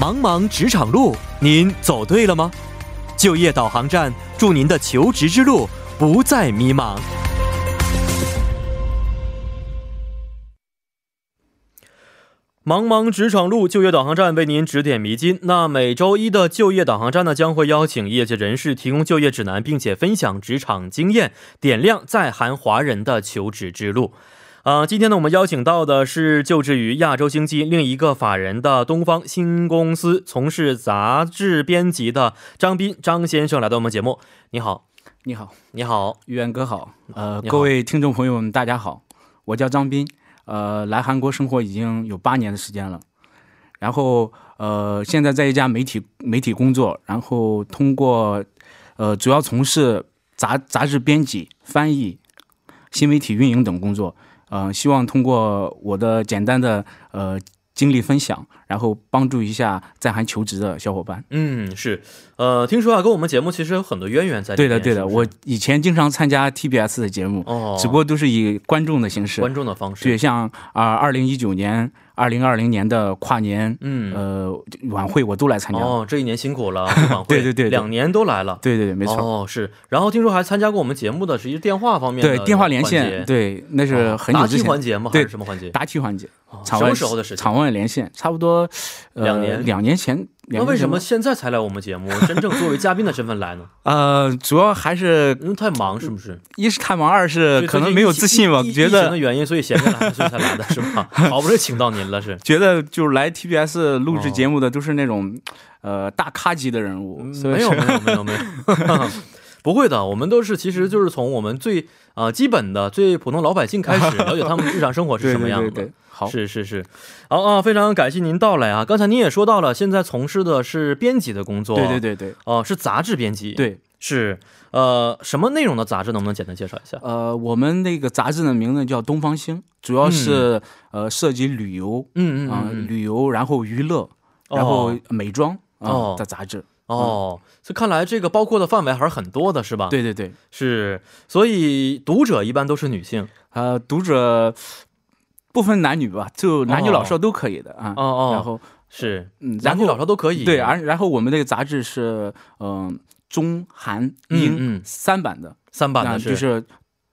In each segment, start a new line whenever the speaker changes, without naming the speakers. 茫茫职场路，您走对了吗？就业导航站，祝您的求职之路不再迷茫。茫茫职场路就业导航站为您指点迷津。那每周一的就业导航站呢，将会邀请业界人士提供就业指南，并且分享职场经验，点亮在韩华人的求职之路。啊、今天呢，我们邀请到的是就职于亚洲经济另一个法人的东方新公司从事杂志编辑的张斌张先生来到我们节目。你好，
你好，
你好，
元哥好，呃，
你好
各位听众朋友们，大家好，我叫张斌，呃，来韩国生活已经有八年的时间了，然后呃，现在在一家媒体媒体工作，然后通过呃，主要从事杂杂志编辑、翻译、新媒体运营等工作，呃，希望通过我的简单的呃经历分享，然后帮助一下在韩求职的小伙伴。
嗯，是，呃，听说啊，跟我们节目其实有很多渊源在里
对
面。
的，对的，
是不
我
是
以前经常参加 TBS 的节目，
哦，
只不过都是以观众的形式。
观众的方式，
对，像啊，二零一九年、二零二零年的跨年、
嗯，
呃晚会，我都来参加。
哦，这一年辛苦 了，晚会，
对对对对
两年都来了，
对对对，没错。
哦，是。然后听说还参加过我们节目的是一电话方面的
对，电话连
环节
线，，对，那是
哦
很久
答
之
题
前。
环节吗？还
对
是什么环节？
答题环节，
哦
场
什
外
么时候的事情？
场外连线，差不多、呃、
两年
两年前。
那
两年前
为什么
吧？
现在才来我们 节目？真正作为嘉宾的身份来呢？
呃，主要还是
因为太忙，是不是？
一是太忙，二是
所以
嗯呃可
最
能
近
没有
疫情
自信吧，
疫疫
觉
情
得
的原因，所以闲着来，所以才来的是 吧？好不容易请到您了，是。
觉得就是来 TBS 录制
哦
节目的都是那种、呃大咖级的人物， 所以
没有没有没有 没有，不会的，我们都是其实就是从我们最啊、呃基本的最普通老百姓开始了解他们日常生活是
对
什么
对
样的。
对对，好，
是是是，好啊，非常感谢您到来啊！刚才您也说到了，现在从事的是编辑的工作，
对对
对，
对对
哦、是杂志编辑，，
对。
是，呃，什么内容的杂志能不能简单介绍一下？
呃，我们那个杂志的名字叫《东方星》，主要是、呃涉及旅游
嗯嗯嗯
啊、
嗯嗯，
旅游，然后娱乐，
哦
然后美妆啊、
哦
的杂志。
哦，这看来这个包括的范围还是很多的，是吧？，
对对对，
是，所以读者一般都是女性，
呃，读者不分男女吧，就男女
哦
老少都可以的啊。
哦哦，
然后
是
嗯，
男
然后
女老少都可以，
对，而然后我们那个杂志是嗯、呃中韩英、
嗯嗯
三版的，
三版
那
的是，
就是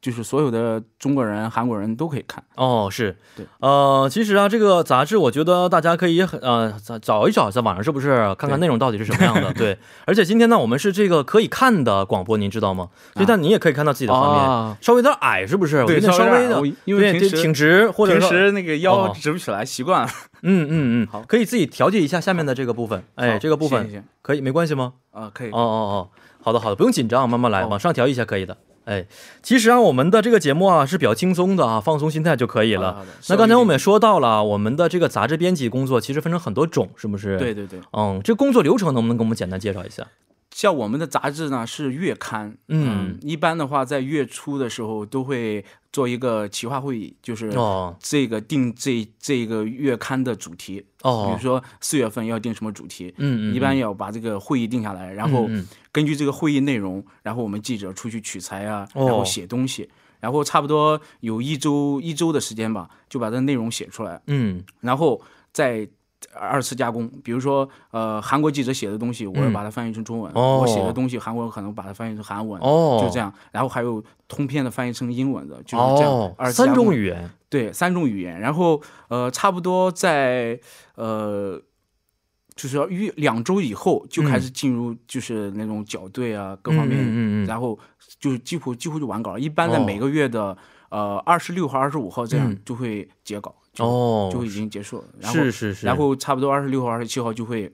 就是所有的中国人、韩国人都可以看。
哦，是
对，
呃，其实啊，这个杂志我觉得大家可以很呃找找一找，在网上是不是看看
对
内容到底是什么样 的？对，而且今天呢，我们是这个可以看的广播，您知道吗？所以，但你也可以看到自己的画面，
啊，
稍微有点矮，是不是？我觉
对，
得稍微的
的，我，因为
对
平
挺
时。
直，或者
平
说，
时那个腰
哦
直不起来，习惯了。
嗯嗯
好
嗯，可以自己调节一下下面的这个部分，哎，
好
这个部分
谢谢
可以没关系吗？
啊，可以
哦。哦哦，好的好的，不用紧张，慢慢来，
哦
往上调一下可以的。哎，其实啊，我们的这个节目啊是比较轻松的啊，放松心态就可以
好的
了
好的。
那刚才我们也说到了啊，我们的这个杂志编辑工作其实分成很多种，是不是？
对。对对，
嗯，这工作流程能不能给我们简单介绍一下？
像我们的杂志呢是月刊，
嗯
一般的话在月初的时候都会做一个企划会议，就是
哦
这个定这这个月刊的主题，比如
哦，
说四月份要定什么主题，
嗯嗯，
一般要把这个会议定下来，然后
嗯嗯
根据这个会议内容，然后我们记者出去取材啊，
哦
然后写东西。然后差不多有一周一周的时间吧，就把这内容写出来。
嗯
然后再呃二次加工。比如说，呃，韩国记者写的东西，我要把它翻译成中文；
哦
我写的东西，韩国人可能把它翻译成韩文，
哦，
就这样。然后还有通篇的翻译成英文的，就是这样。
哦，
二次加
三
工
种语言
对三种语言。然后呃，差不多在呃。就是要一两周以后就开始进入，就是那种校对啊，各方面，
嗯嗯嗯嗯嗯
然后就几乎几乎就完稿了。一般在
哦
每个月的、呃二十六号、二十五号这样
嗯
就会截稿，就就
哦，
已经结束了。然后
是是是，
然后差不多二十六号、二十七号就会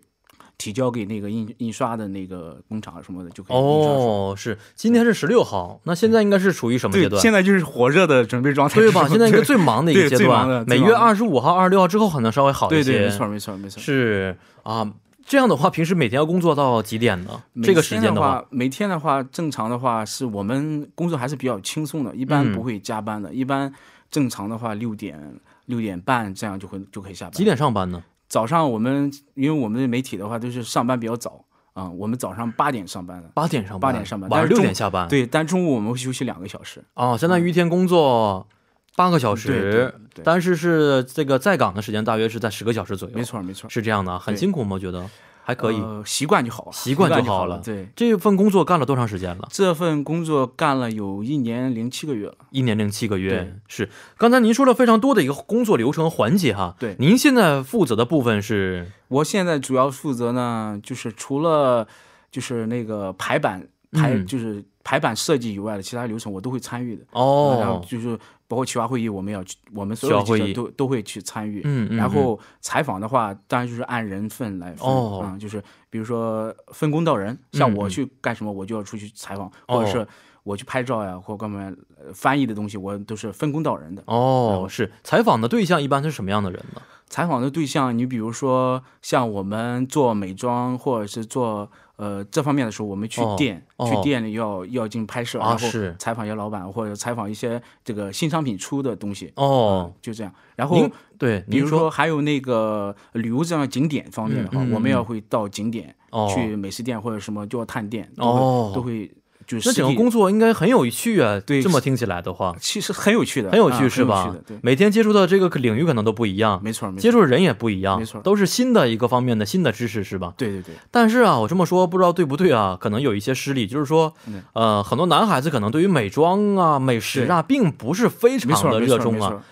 提交给那个印印刷的那个工厂什么的，就可以印刷出来。
哦是，今天是十六号，那现在应该是处于什么阶段？
在就是火热的准备状态
对吧？现在一个最忙的一个
对
阶
最忙
段
的，
每
最
月
忙
二十五号、二十六号之后可能稍微好一
对
些。
对，没错没错没错。
是啊，这样的话，平时每天要工作到几点呢？这个时间
每天的
话，
话，每天的话，正常的话是我们工作还是比较轻松的，一
嗯
般不会加班的，一般正常的话六点六点半这样就会就可以下班。
几？点上班呢？
早上我们因为我们的媒体的话都是上班比较早啊、我们早上八点上班的，
八点上班，
八点上班
晚上
但是
六
中
点下班。
对，但中午我们会休息两个小时。
哦，相当于一天工作八个小
对对
时，
对对，
但是是这个在岗的时间大约是在十个小时左右，
没，错没错，
是这样的啊，很
对
辛苦吗？觉得还可以。
呃习惯就好了，
习惯就
就
好了
了。对，
这份工作干了多长时间了？
这份工作干了有一年零七个月了。
一年零七个
对
月。是，刚才您说了非常多的一个工作流程环节哈。
对
您现在负责的部分是
我现在主要负责呢，就是除了就是那个排版排、
嗯
就是排版设计以外的其他流程我都会参与的。啊然后
哦，
就是包括企划会议，我们要去，我们所有的
企划会
记
议
者都都会去参与。
嗯嗯，
然后采访的话，当然就是按人份来分，
哦
嗯，就是比如说分工到人，像
嗯
我
嗯
去干什么，我就要出去采访，
哦
或者是我去拍照呀，或干嘛呃翻译的东西，我都是分工到人的。
哦，是采访的对象一般是什么样的人呢？
采访的对象，你比如说像我们做美妆或者是做呃这方面的时候，我们去
哦
店、
哦
去店里要要进行拍摄，
啊
然后
是
采访一些老板或者采访一些这个新商品出的东西，嗯
哦，
就这样。然
您
后
对，
比
您
如说还有那个旅游这样景点方面的话，
嗯嗯嗯
我们要会到景点、
哦，
去美食店或者什么就要探店，都会、
哦
都会就是
那
实
整个
地
工作应该很有趣啊。
对
这么听起来的话，
其实很有趣的，
很有
啊
趣是
很有
吧
趣的，对？，
每天接触的这个领域可能都不一样，
没错，没
接
错，
触的人也不一样，
没错
都是新的一个方面的新的知识是吧？
对对对，
但是啊，我这么说不知道对不对啊，可能有一些失礼，就是说
嗯，
呃，很多男孩子可能对于美妆啊、美食啊，并不是非
没
常
错，
的
没
热
错，
衷
没
啊。
错。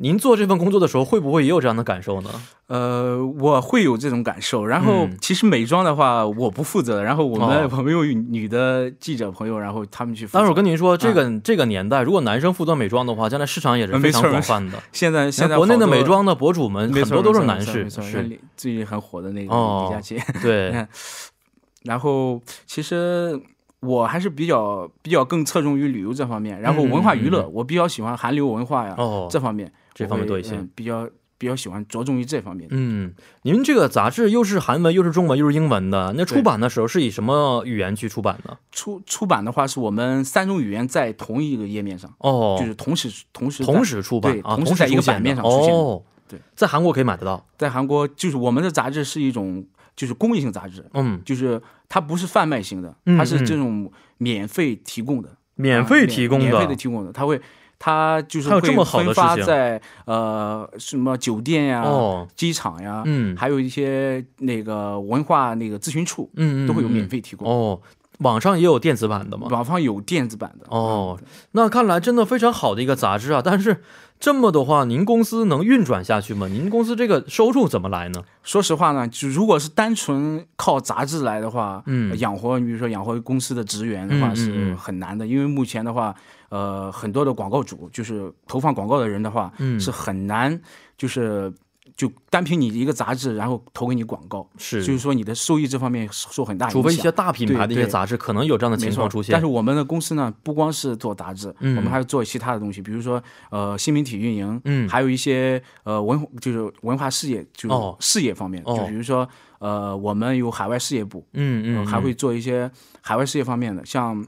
您做这份工作的时候，会不会也有这样的感受呢？
呃，我会有这种感受。然后，
嗯
其实美妆的话，我不负责。然后我们、
哦
我们有女的记者朋友，然后他们去负责。
但是我跟您说，这个、这个年代，如果男生负责美妆的话，将来市场也是非常
啊嗯没错
广泛的。
现在现在
国内
好
的
多
美妆的博主们
没
很
错
多都是
没错
男
没错
士
没，错像
是，
李最近很火的那个
哦
李佳琦。
对，
然后其实我还是比较比较更侧重于旅游这方面，然后文化娱乐，
嗯
我比较喜欢韩流文化呀、
哦，
这方面，
这方面多一些
我会嗯比较比较喜欢着重于这方面。
嗯，您这个杂志又是韩文又是中文又是英文的，那出
对
版的时候是以什么语言去出版呢？
出出版的话，是我们三种语言在同一个页面上，
哦，
就是同时同时在
同时出版
对
啊，
同时
时
在一个
出现
版面
的
上出现的
哦，
对，
在韩国可以买得到。
在韩国，就是我们的杂志是一种就是公益性杂志，
嗯，
就是它不是贩卖型的，
嗯
它是这种免费提供的，
免费提供
啊免
的，
免费的提供的，它会。它就是
还有
会
这么好的
分发
事情
在呃什么酒店呀、
哦，
机场呀，
嗯
还有一些那个文化那个咨询处
嗯，嗯
都会有
嗯
免费提供。
哦，网上也有电子版的吗？
网方有电子版的
哦，那看来真的非常好的一个杂志啊。但是这么的话，您公司能运转下去吗？您公司这个收入怎么来呢？
说实话呢，就如果是单纯靠杂志来的话，
嗯
呃养活你比如说养活公司的职员的
嗯嗯
话
嗯
是很难的，因为目前的话，呃，很多的广告主就是投放广告的人的话，
嗯
是很难就是就单凭你一个杂志，然后投给你广告，
是，
所以说你的收益这方面受很大影响。
除非一些大品牌的一些
对对
杂志，可能有这样的
没
情
错
况出现。
但是我们的公司呢，不光是做杂志，
嗯
我们还做其他的东西，比如说呃新媒体运营，
嗯
还有一些呃文就是文化事业，就是
哦
事业方面，
哦
就比如说呃我们有海外事业部，
嗯
呃
嗯，
还会做一些海外事业方面的，像。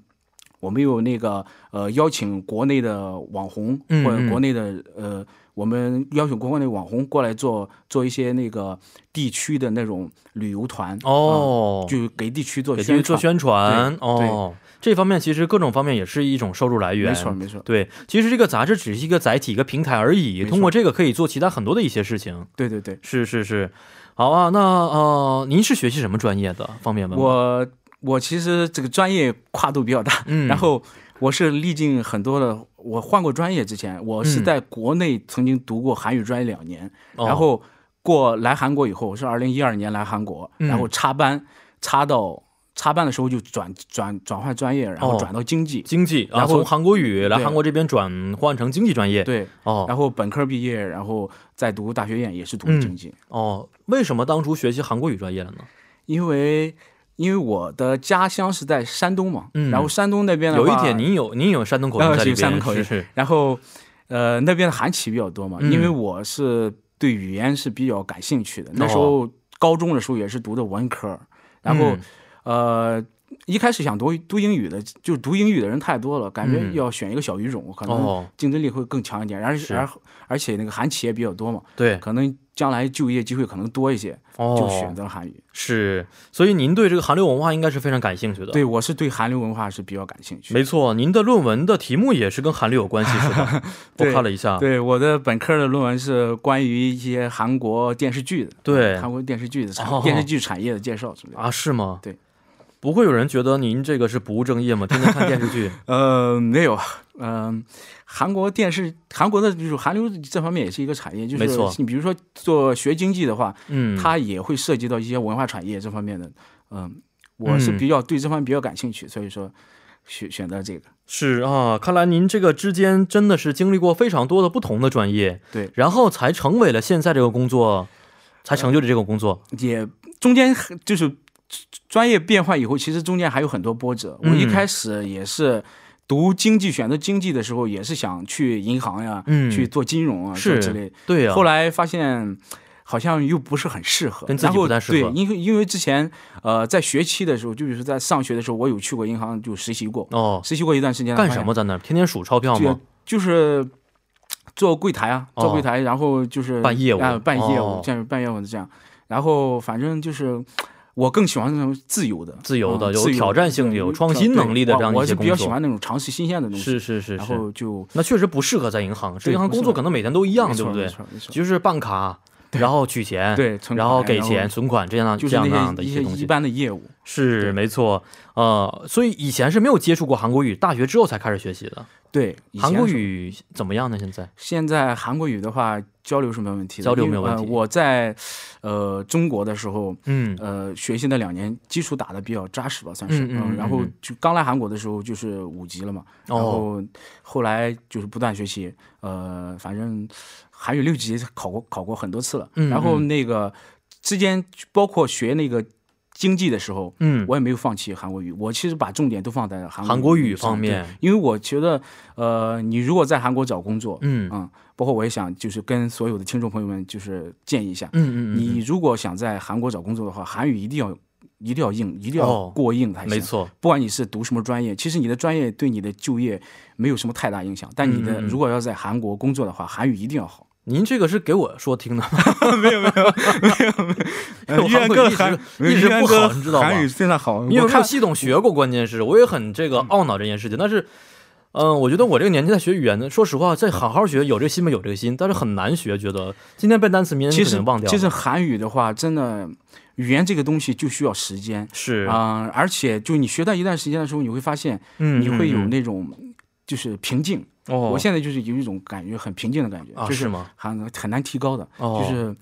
我们有那个呃，邀请国内的网红
嗯
或者
嗯
国内的呃，我们邀请国内网红过来做做一些那个地区的那种旅游团，
哦，
就给地区嗯做
给地
宣
区做
传，
宣传
对
哦，这方面其实各种方面也是一种收入来源。
没错没错，
对，其实这个杂志只是一个载体、一个平台而已，
没错
通过这个可以做其他很多的一些事情。
对对对。
是是是，好啊，那呃，您是学习什么专业的？方便问吗？
我我其实这个专业跨度比较大，
嗯，
然后我是历尽很多的，我换过专业之前，我是
嗯
在国内曾经读过韩语专业两年，
哦
然后过来韩国以后，我是二零一二年来韩国，
嗯
然后插班插到插班的时候就转转转换专业，然
哦
后转到经济，
经济，然
然
后
后
啊从韩国语来
对
韩国这边转换成经济专业。
对，
哦
然后本科毕业，然后再读大学院也是读
嗯
经济，
哦，为什么当初学习韩国语专业了呢？
因为。因为我的家乡是在山东嘛，
嗯
然后山东那边的
有
话
一点，您有您有山东口
呃
音在里
有
边，
山东口音
是是
然后，呃，那边的韩企比较多嘛，
嗯
因为我是对语言是比较感兴
哦
趣的。那时候高中的时候也是读的文科，然后、
嗯
呃，一开始想读读英语的，就是读英语的人太多了，感觉
嗯
要选一个小语种，可能
哦，
竞争力会更强一点。而
是
而而且那个韩企业比较多嘛，
对，
可能将来就业机会可能多一些，
哦，
就选择了韩语。
是，所以您对这个韩流文化应该是非常感兴趣的。，
对我是对韩流文化是比较感兴趣。
没错，您的论文的题目也是跟韩流有关系，是 吧？我
对
看了一下，
对我的本科的论文是关于一些韩国电视剧的，
对
韩国电视剧的产、
哦
电视剧产业的介绍之类的。
啊，是吗？
对，
不会有人觉得您这个是不务正业吗？天天看电视 剧，
呃，没有，嗯、韩国电视，韩国的就是韩流这方面也是一个产业，就是
没错
你比如说做学经济的话，
嗯，
它也会涉及到一些文化产业这方面的。嗯、我是
嗯
比较对这方面比较感兴趣，所以说选选择这个。
是啊，看来您这个之间真的是经历过非常多的不同的专业，
对，
然后才成为了现在这个工作，才成就了这个工作。
也中间很就是专业变换以后，其实中间还有很多波折。我
嗯
一开始也是读经济，选择经济的时候也是想去银行呀，
嗯
呃去做金融啊，做
是
之类。
对呀、
后来发现。好像又不是很适合，
跟自己
然后
不太适合
对，因为因为之前呃在学期的时候，就比如说在上学的时候，我有去过银行就实习过，
哦，
实习过一段时间。
干什？么在那儿？天天数钞票
对
啊吗？，
就是做柜台啊，
哦
做柜台，然后就是
办业务
啊、办业务，
哦
这样办业务的这样。然后反正就是，我更喜欢那种自由的、
自由的
嗯
有
自
挑战性的
对
有
有
创新能力的
对
这样
我
一些
我是比较
工作
喜欢那种尝试新鲜的东西。
是是是
然
是，
后就
那确实不适合在银行。这
对
银行
不适
工作
合
可能每天都一
一
样，对不对？？
没错
就是办卡，然后取钱，
对，存款
然后给钱、，存款这样
就
这
是
样那
那
样
些
的
一
些
些
东
一
西。
般的业务。
是
对
没错，呃，所以以前是没有接触过韩国语，大学之后才开始学习的。
对，以前
韩国
是
语怎么样呢？现在
现在韩国语的话，交流是没有问题的。
交流
因
没
为
有问题
呃我在呃中国的时候，
嗯，
呃，学习那两年基础打得比较扎实吧，算是。
嗯嗯嗯
然后
嗯
就刚来韩国的时候就是五级了嘛，然
哦，
后后来就是不断学习，呃，反正韩语六级考过考过很多次了。
嗯
然后
嗯
那个之间包括学那个经济的时候，
嗯，
我也没有放弃韩国语，我其实把重点都放在韩
韩国语
上
方，
对
面，
因为我觉得呃，你如果在韩国找工作，
嗯
嗯，包括我也想就是跟所有的听众朋友们就是建议一下，
嗯嗯，
你如果想在韩国找工作的话，韩语一定要一定要硬，一定要
哦
过硬才
嗯
行。
没，错，
不管你是读什么专业，其实你的专业对你的就业没有什么太大影响，但你
嗯
的
嗯嗯
如果要在韩国工作的话，韩语一定要 好。
您这个是给我说 听的吗？没有没有没有没
呃
有，我 韩国语一直一直不好，你知道吗？
韩语非常好，
因为
我
没有
看嗯
系统学过，关键是我也很这个懊恼这件事情。但是，嗯、我觉得我这个年纪在学语言呢，说实话，在好好学，有这个心吗？有这个心，但是很难学。觉得今天背单词，明天
其
就可
实
能忘掉了。
其实韩语的话，真的语言这个东西就需要时间
是，
啊、而且就你学到一段时间的时候，你会发现
嗯，
你会有
嗯
那种就是瓶颈。
嗯哦，
我现在就是有一种感觉很平静的感觉，
啊
就是
吗？
很很难提高的，
哦
就是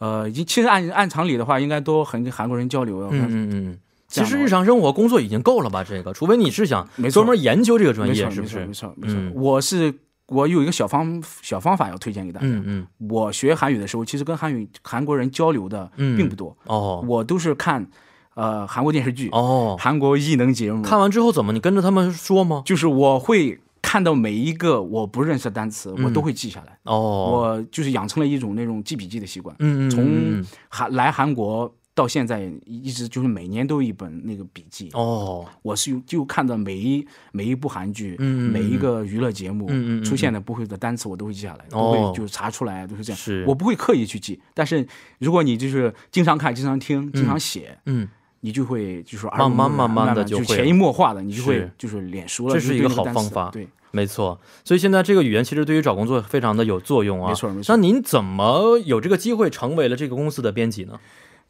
呃，已其实按按常理的话，应该多和跟韩国人交流。啊
嗯嗯嗯。
这
其
样
实
的话
日常生活工作已经够了吧？这个，除非你是想
没错
专门研究这个专
没
业，
错，
是不是
没？错，没错，
嗯
没错。我是我有一个小方小方法要推荐给大家。
嗯嗯
我学韩语的时候，其实跟韩语韩国人交流的
嗯，
并不多，
哦
我都是看呃韩国电视剧、
哦。
韩国艺能节目，
看完之后怎么？你跟着他们说吗？
就是我会看到每一个我不认识的单词，我都会记下来。
嗯哦，
我就是养成了一种那种记笔记的习惯。
嗯嗯嗯，
从
嗯
韩来韩国到现在，一直就是每年都有一本那个笔记，
哦，
我是有就看到每一每一部韩剧，
嗯嗯嗯
每一个娱乐节目、
嗯嗯嗯嗯
出现的不会的单词，我都会记下来，都
哦
会就是查出来，都是这样。
是
我不会刻意去记，但是如果你就是经常看、经常听、经常写，
嗯，
你就会就是耳
慢
濡
慢
目
慢
染
慢
慢
地就
就
会
潜移默化的，你就会
是
就是脸熟了。
这
就是
一个
对那
好
单词
方法
对，
没错，所以现在这个语言其实对于找工作非常的有作用啊。
没错没
那
错。
您怎么有这个机会成为了这个公司的编辑呢？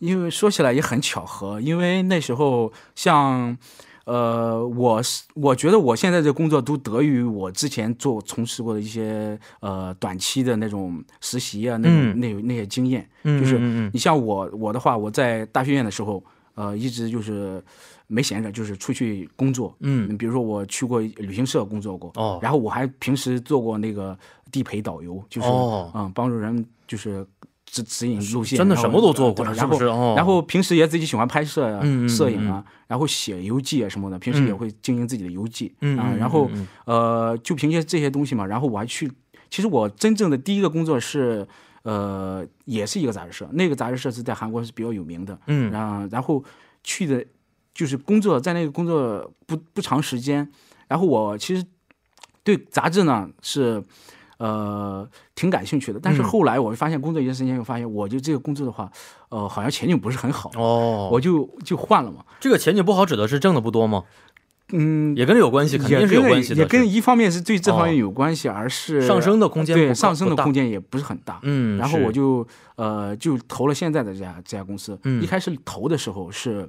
因为说起来也很巧合，因为那时候像。呃，我是我觉得我现在这工作都得益于我之前做从事过的一些呃短期的那种实习啊，那种、
嗯
那那些经验。
嗯
就是
嗯嗯
你像我我的话，我在大学院的时候，呃，一直就是没闲着，就是出去工作。
嗯，
比如说我去过旅行社工作过，
哦
然后我还平时做过那个地陪导游，就是、
哦
嗯帮助人就是指指引路线，
真的
然
什
后
么都做过，
对
是
然
不
后
是？哦，
然后平时也自己喜欢拍摄呀、
嗯嗯嗯
摄影啊，然后写游记啊什么的，平时也会经营自己的游记、
嗯
啊
嗯。
然后
嗯
呃，就凭借这些东西嘛，然后我还去，其实我真正的第一个工作是呃，也是一个杂志社，那个杂志社是在韩国是比较有名的，
嗯
然、然后去的就是工作，在那个工作不不长时间，然后我其实对杂志呢是呃挺感兴趣的。
嗯
但是后来我就发现工作一段时间，我发现我就这个工作的话，呃，好像前景不是很好，
哦，
我就就换了嘛。
这个前景不好指的是挣的不多吗？
嗯，
也跟这有关系，肯定是有关系的，
也跟
是
也
哦
跟一方面是对这方面有关系，而是
上升的空间不
对上升的
不大
空间也不是很大。
嗯，
然后
是
我就呃就投了现在的这家这家公司。
嗯
一开始投的时候是，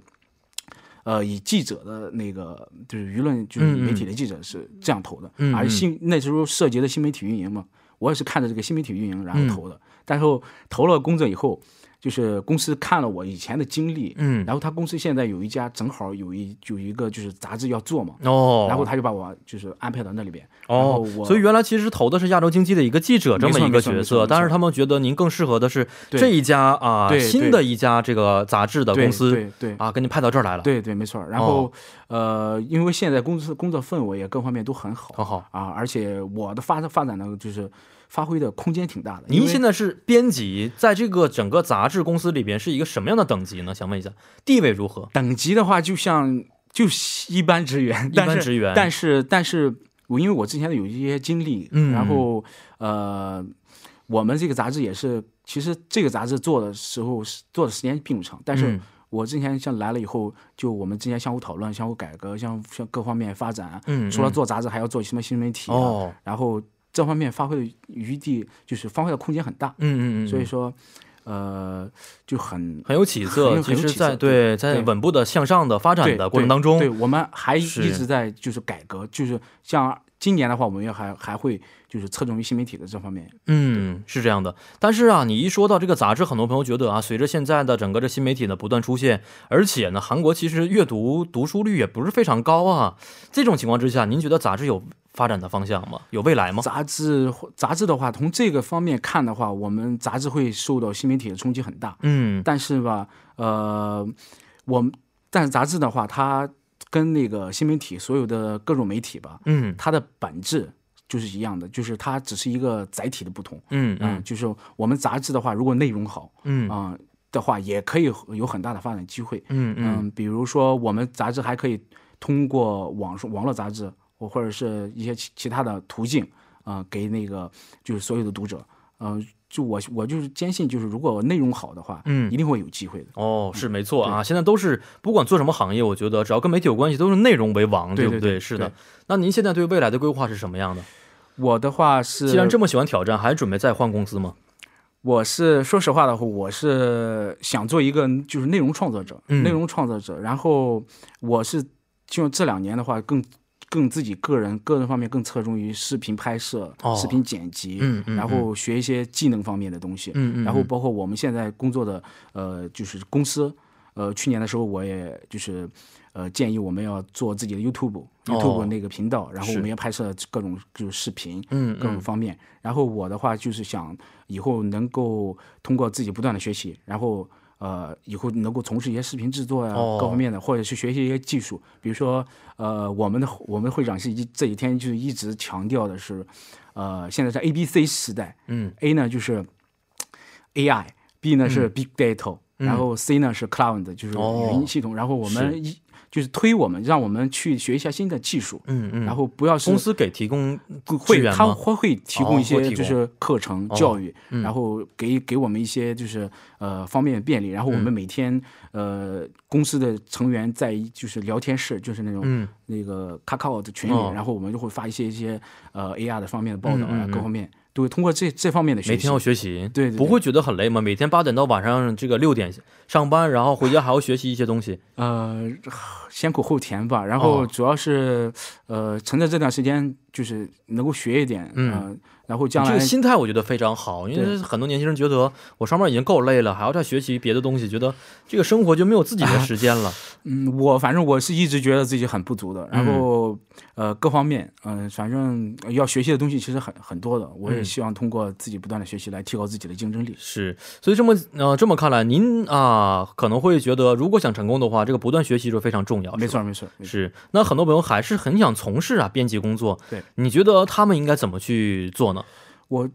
呃，以记者的那个就是舆论就是
嗯嗯
媒体的记者是这样投的，
嗯嗯
而新那时候涉及的新媒体运营嘛，我也是看着这个新媒体运营
嗯
然后投的。但是投了工作以后，就是公司看了我以前的经历，
嗯
然后他公司现在有一家正好有一有一个就是杂志要做嘛。
哦，
然后他就把我就是安排到那里边，然后
哦，
我
所以原来其实投的是亚洲经济的一个记者这么一个角
没错没错没
色，
错
但是他们觉得您更适合的是
对
这一家啊、
对对
新的一家这个杂志的
对
公司
对对
啊，给哦你派到这儿来了，
对对，没错儿。然后、呃，因为现在公司工作氛围也各方面都很好
很好。
啊，而且我的发发展呢，就是发挥的空间挺大的。
您现
在
在是编辑，在这个整个杂志公司里边是一个什么样的等级呢？想问一下，地位如何？
等级的话，就像就是一般职员，
一
但
般
是
职员，
但是但是我因为我之前有一些经历，
嗯
然后呃，我们这个杂志也是，其实这个杂志做的时候是做的时间并不长，但是。
嗯
我之前像来了以后，就我们之间相互讨论、相互改革、相相各方面发展。
嗯
除了做杂志，还要做什么新媒体、啊
哦，
然后这方面发挥的余地就是发挥的空间很大，
嗯嗯嗯，
所以说，呃，就很
很有起
很
色。
有
其
很有
实
起
在
色
对在
对
稳步的向上的发展
对
的过程当中，
对对我们还一
是
直在就是改革，就是像今年的话，我们也还还会就是侧重于新媒体的这方面，
嗯，是这样的。但是啊，你一说到这个杂志，很多朋友觉得啊，随着现在的整个这新媒体的不断出现，而且呢，韩国其实阅读读书率也不是非常高啊。这种情况之下，您觉得杂志有发展的方向吗？有未来吗？
杂志杂志的话，从这个方面看的话，我们杂志会受到新媒体的冲击很大，
嗯
但是吧，呃，我们但是杂志的话，它跟那个新媒体所有的各种媒体吧，
嗯
它的本质就是一样的，就是它只是一个载体的不同。
嗯嗯
嗯，就是我们杂志的话，如果内容好
嗯
啊、的话，也可以有很大的发展机会。
嗯嗯
嗯，比如说我们杂志还可以通过网上网络杂志，或或者是一些其其他的途径，啊、给那个就是所有的读者，嗯、就我我就是坚信，就是如果内容好的话，
嗯
一定会有机会的。
哦，是没错啊！现在都是不管做什么行业，我觉得只要跟媒体有关系，都是内容为王，
对
不
对
对？
对
是的
对。
那您现在对未来的规划是什么样的？
我的话是，
既然这么喜欢挑战，还准备再换公司吗？
我是说实话的话，我是想做一个就是内容创作者，
嗯
内容创作者。然后我是就这两年的话，更更自己个人个人方面更侧重于视频拍摄、
哦
视频剪辑，
嗯嗯
然后学一些技能方面的东西。
嗯嗯嗯
然后包括我们现在工作的呃，就是公司，呃，去年的时候我也就是呃建议我们要做自己的 YouTube、YouTube 那个频道，然后
哦
我
是
们也拍摄各种就是视频，
嗯
各种方面。然后我的话就是想以后能够通过自己不断的学习，然后呃以后能够从事一些视频制作呀、
哦
各方面的，或者是学习一些技术。比如说呃我们的我们会长是一这几天就是一直强调的是，呃现在是 A B C 时代，
嗯
，A 呢就是 AI，B 呢是 Big Data，、然后 C 呢是 Cloud，就是
嗯哦
云系统。然后我
是
们一就是推我们，让我们去学一下新的技术。
嗯嗯。
然后不要是
公司给提供会员
他
吗？
会会提
哦
供
会
一些
提
就
供哦嗯
是课程、教育，然后给给我们一些就是呃方便便利，然后我们
嗯
每天、呃公司的成员在一就是聊天室，就是那种、
嗯
那个 Kakao 的群里，
哦
然后我们就会发一些一些呃 AR 的方面的报道啊，
嗯嗯嗯
各方面都会通过这这方面的学
每
习
天要。学习，
对对对
不会觉得很累吗？每天八点到晚上这个六点上班，然后回家还要学习一些东西。
呃，先苦后甜吧。然后
哦
主要是、呃，趁着这段时间就是能够学一点，
嗯
呃，然后将
这
来
个心态我觉得非常好，因为很多年轻人觉得我上班已经够累了，还要再学习别的东西，觉得这个生活就没有自己的时间 了。
嗯，我反正我是一直觉得自己很不足的，
嗯
然后、呃各方面，嗯、反正呃要学习的东西其实很很多的，我也希望通过自己不断的学习来提高自己的竞争力。
嗯是，所以这么呃这么看来，您啊可能会觉得，如果想成功的话，这个不断学习是非常重要的。
没错，没错，没错
是，那很多朋友还是很想从事啊编辑工作。
对，
你觉得他们应该怎么去做呢？
我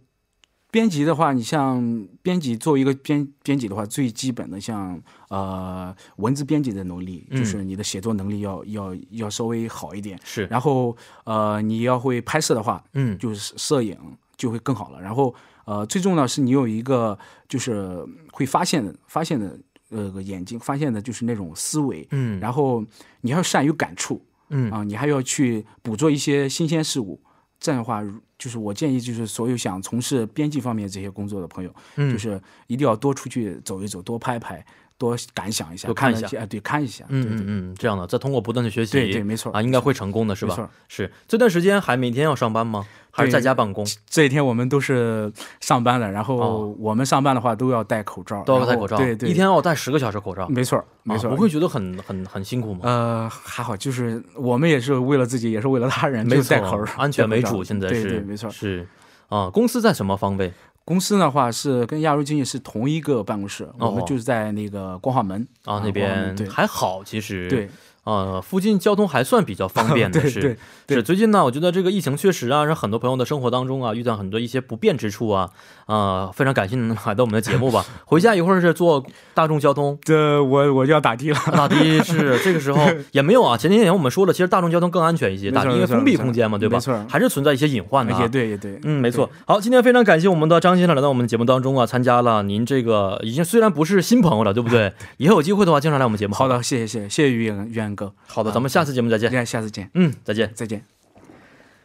编辑的话，你像编辑作为一个编编辑的话，最基本的像呃文字编辑的能力，
嗯
就是你的写作能力要要要稍微好一点，
是，
然后呃你要会拍摄的话，
嗯
就是摄影。就会更好了。然后呃，最重要的是你有一个就是会发现的发现的呃眼睛发现的就是那种思维，
嗯
然后你还要善于感触，
嗯
啊、你还要去捕捉一些新鲜事物。这样的话，如就是我建议，就是所有想从事编辑方面这些工作的朋友，
嗯
就是一定要多出去走一走，多拍拍，多感想一下，
多看一
了
下
些啊，对，看一下，
嗯
对对
嗯嗯，这样的，再通过不断的学习，
对对，没错
啊，应该会成功的是
没错
吧？是这段时间还每天要上班吗？还是在家办公？
这一天我们都是上班的，然后
哦
我们上班的话都要戴口罩，
都要戴
然后
口罩，
对对，
一天要戴十个小时口罩，
没错没错，
啊，不会觉得很很很辛苦吗？
呃，还好，就是我们也是为了自己，也是为了他人，
没
就
错
戴口罩，
安全为
戴口
主，
罩
现在
对
是
对，没错。
是啊。公司在什么方位？
公司的话是跟亚洲经济是同一个办公室，我
哦
们就是在那个光化门
啊，那
光化门
边
对
还好，其实
对
啊，附近交通还算比较方便的
对
是。
对对
是最近呢，我觉得这个疫情确实啊，让很多朋友的生活当中啊，遇到很多一些不便之处啊，啊、非常感谢您来到我们的节 目吧。回家一会儿是坐大众交通，
这我我就要打的了，
打的是这个时候也没有啊。前几天我们说了，其实大众交通更安全一些，
没
打
错
的因为
没错
封闭
没错
空间嘛，对吧
没错？哎
还是存在一些隐患的、啊。
也对也对，
嗯，没错。好，今天非常感谢我们的张先生来到我们的节目当中啊，参加了您这个已经虽然不是新朋友了，对不 对？以后有机会的话，经常来我们节目。
好，的，谢谢谢谢谢谢于远远哥，
好的，咱们下次节目再见。
下下次见，
嗯，再见。
再见。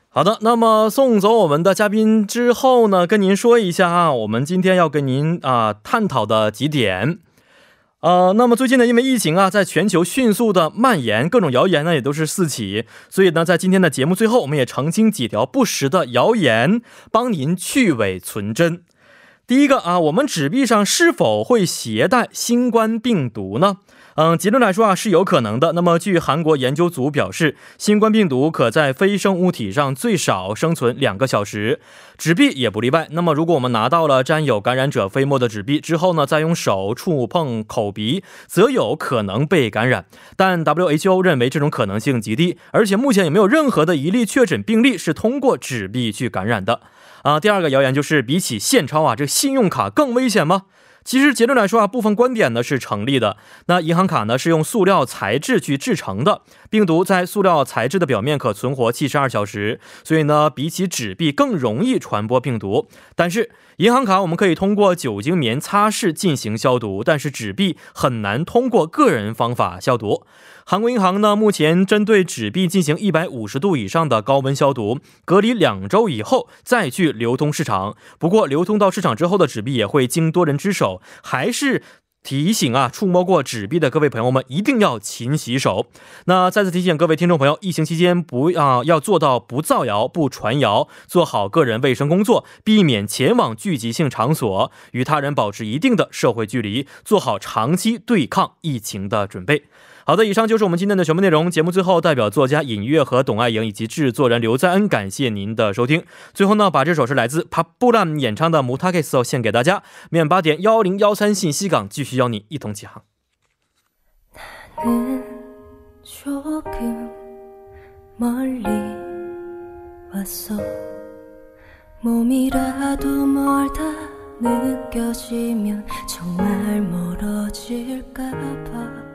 好的，那么送走我们的嘉宾之后呢，跟您说一下啊，我们今天要跟您啊、探讨的几点。呃，那么最近呢，因为疫情啊，在全球迅速的蔓延，各种谣言呢也都是四起，所以呢，在今天的节目最后，我们也澄清几条不实的谣言，帮您去伪存真。第一个啊，我们纸币上是否会携带新冠病毒呢？嗯，结论来说啊是有可能的。那么，据韩国研究组表示，新冠病毒可在非生物体上最少生存两个小时，纸币也不例外。那么，如果我们拿到了沾有感染者飞沫的纸币之后呢，再用手触碰口鼻，则有可能被感染。但 WHO 认为这种可能性极低，而且目前也没有任何的一例确诊病例是通过纸币去感染的。啊，第二个谣言就是比起现钞啊，这个信用卡更危险吗？其实结论来说啊，部分观点呢是成立的。那银行卡呢是用塑料材质去制成的，病毒在塑料材质的表面可存活七十二小时，所以呢，比起纸币更容易传播病毒。但是银行卡我们可以通过酒精棉擦拭进行消毒，但是纸币很难通过个人方法消毒。韩国银行呢，目前针对纸币进行一百五十度以上的高温消毒，隔离两周以后再去流通市场。不过，流通到市场之后的纸币也会经多人之手，还是。提醒啊，触摸过纸币的各位朋友们，一定要勤洗手。那再次提醒各位听众朋友，疫情期间不啊、要做到不造谣、不传谣，做好个人卫生工作，避免前往聚集性场所，与他人保持一定的社会距离，做好长期对抗疫情的准备。好的，以上就是我们今天的全部内容。节目最后，代表作家尹月和董爱莹以及制作人刘在恩，感谢您的收听。最后呢，把这首是来自 p a p u l a m 演唱的《Mutakeso》献给大家。明晚八点幺零幺三信息港继续邀你一同起航。
나는 조금 멀리 왔어 몸이라도 멀다 느껴지면 정말 멀어질까봐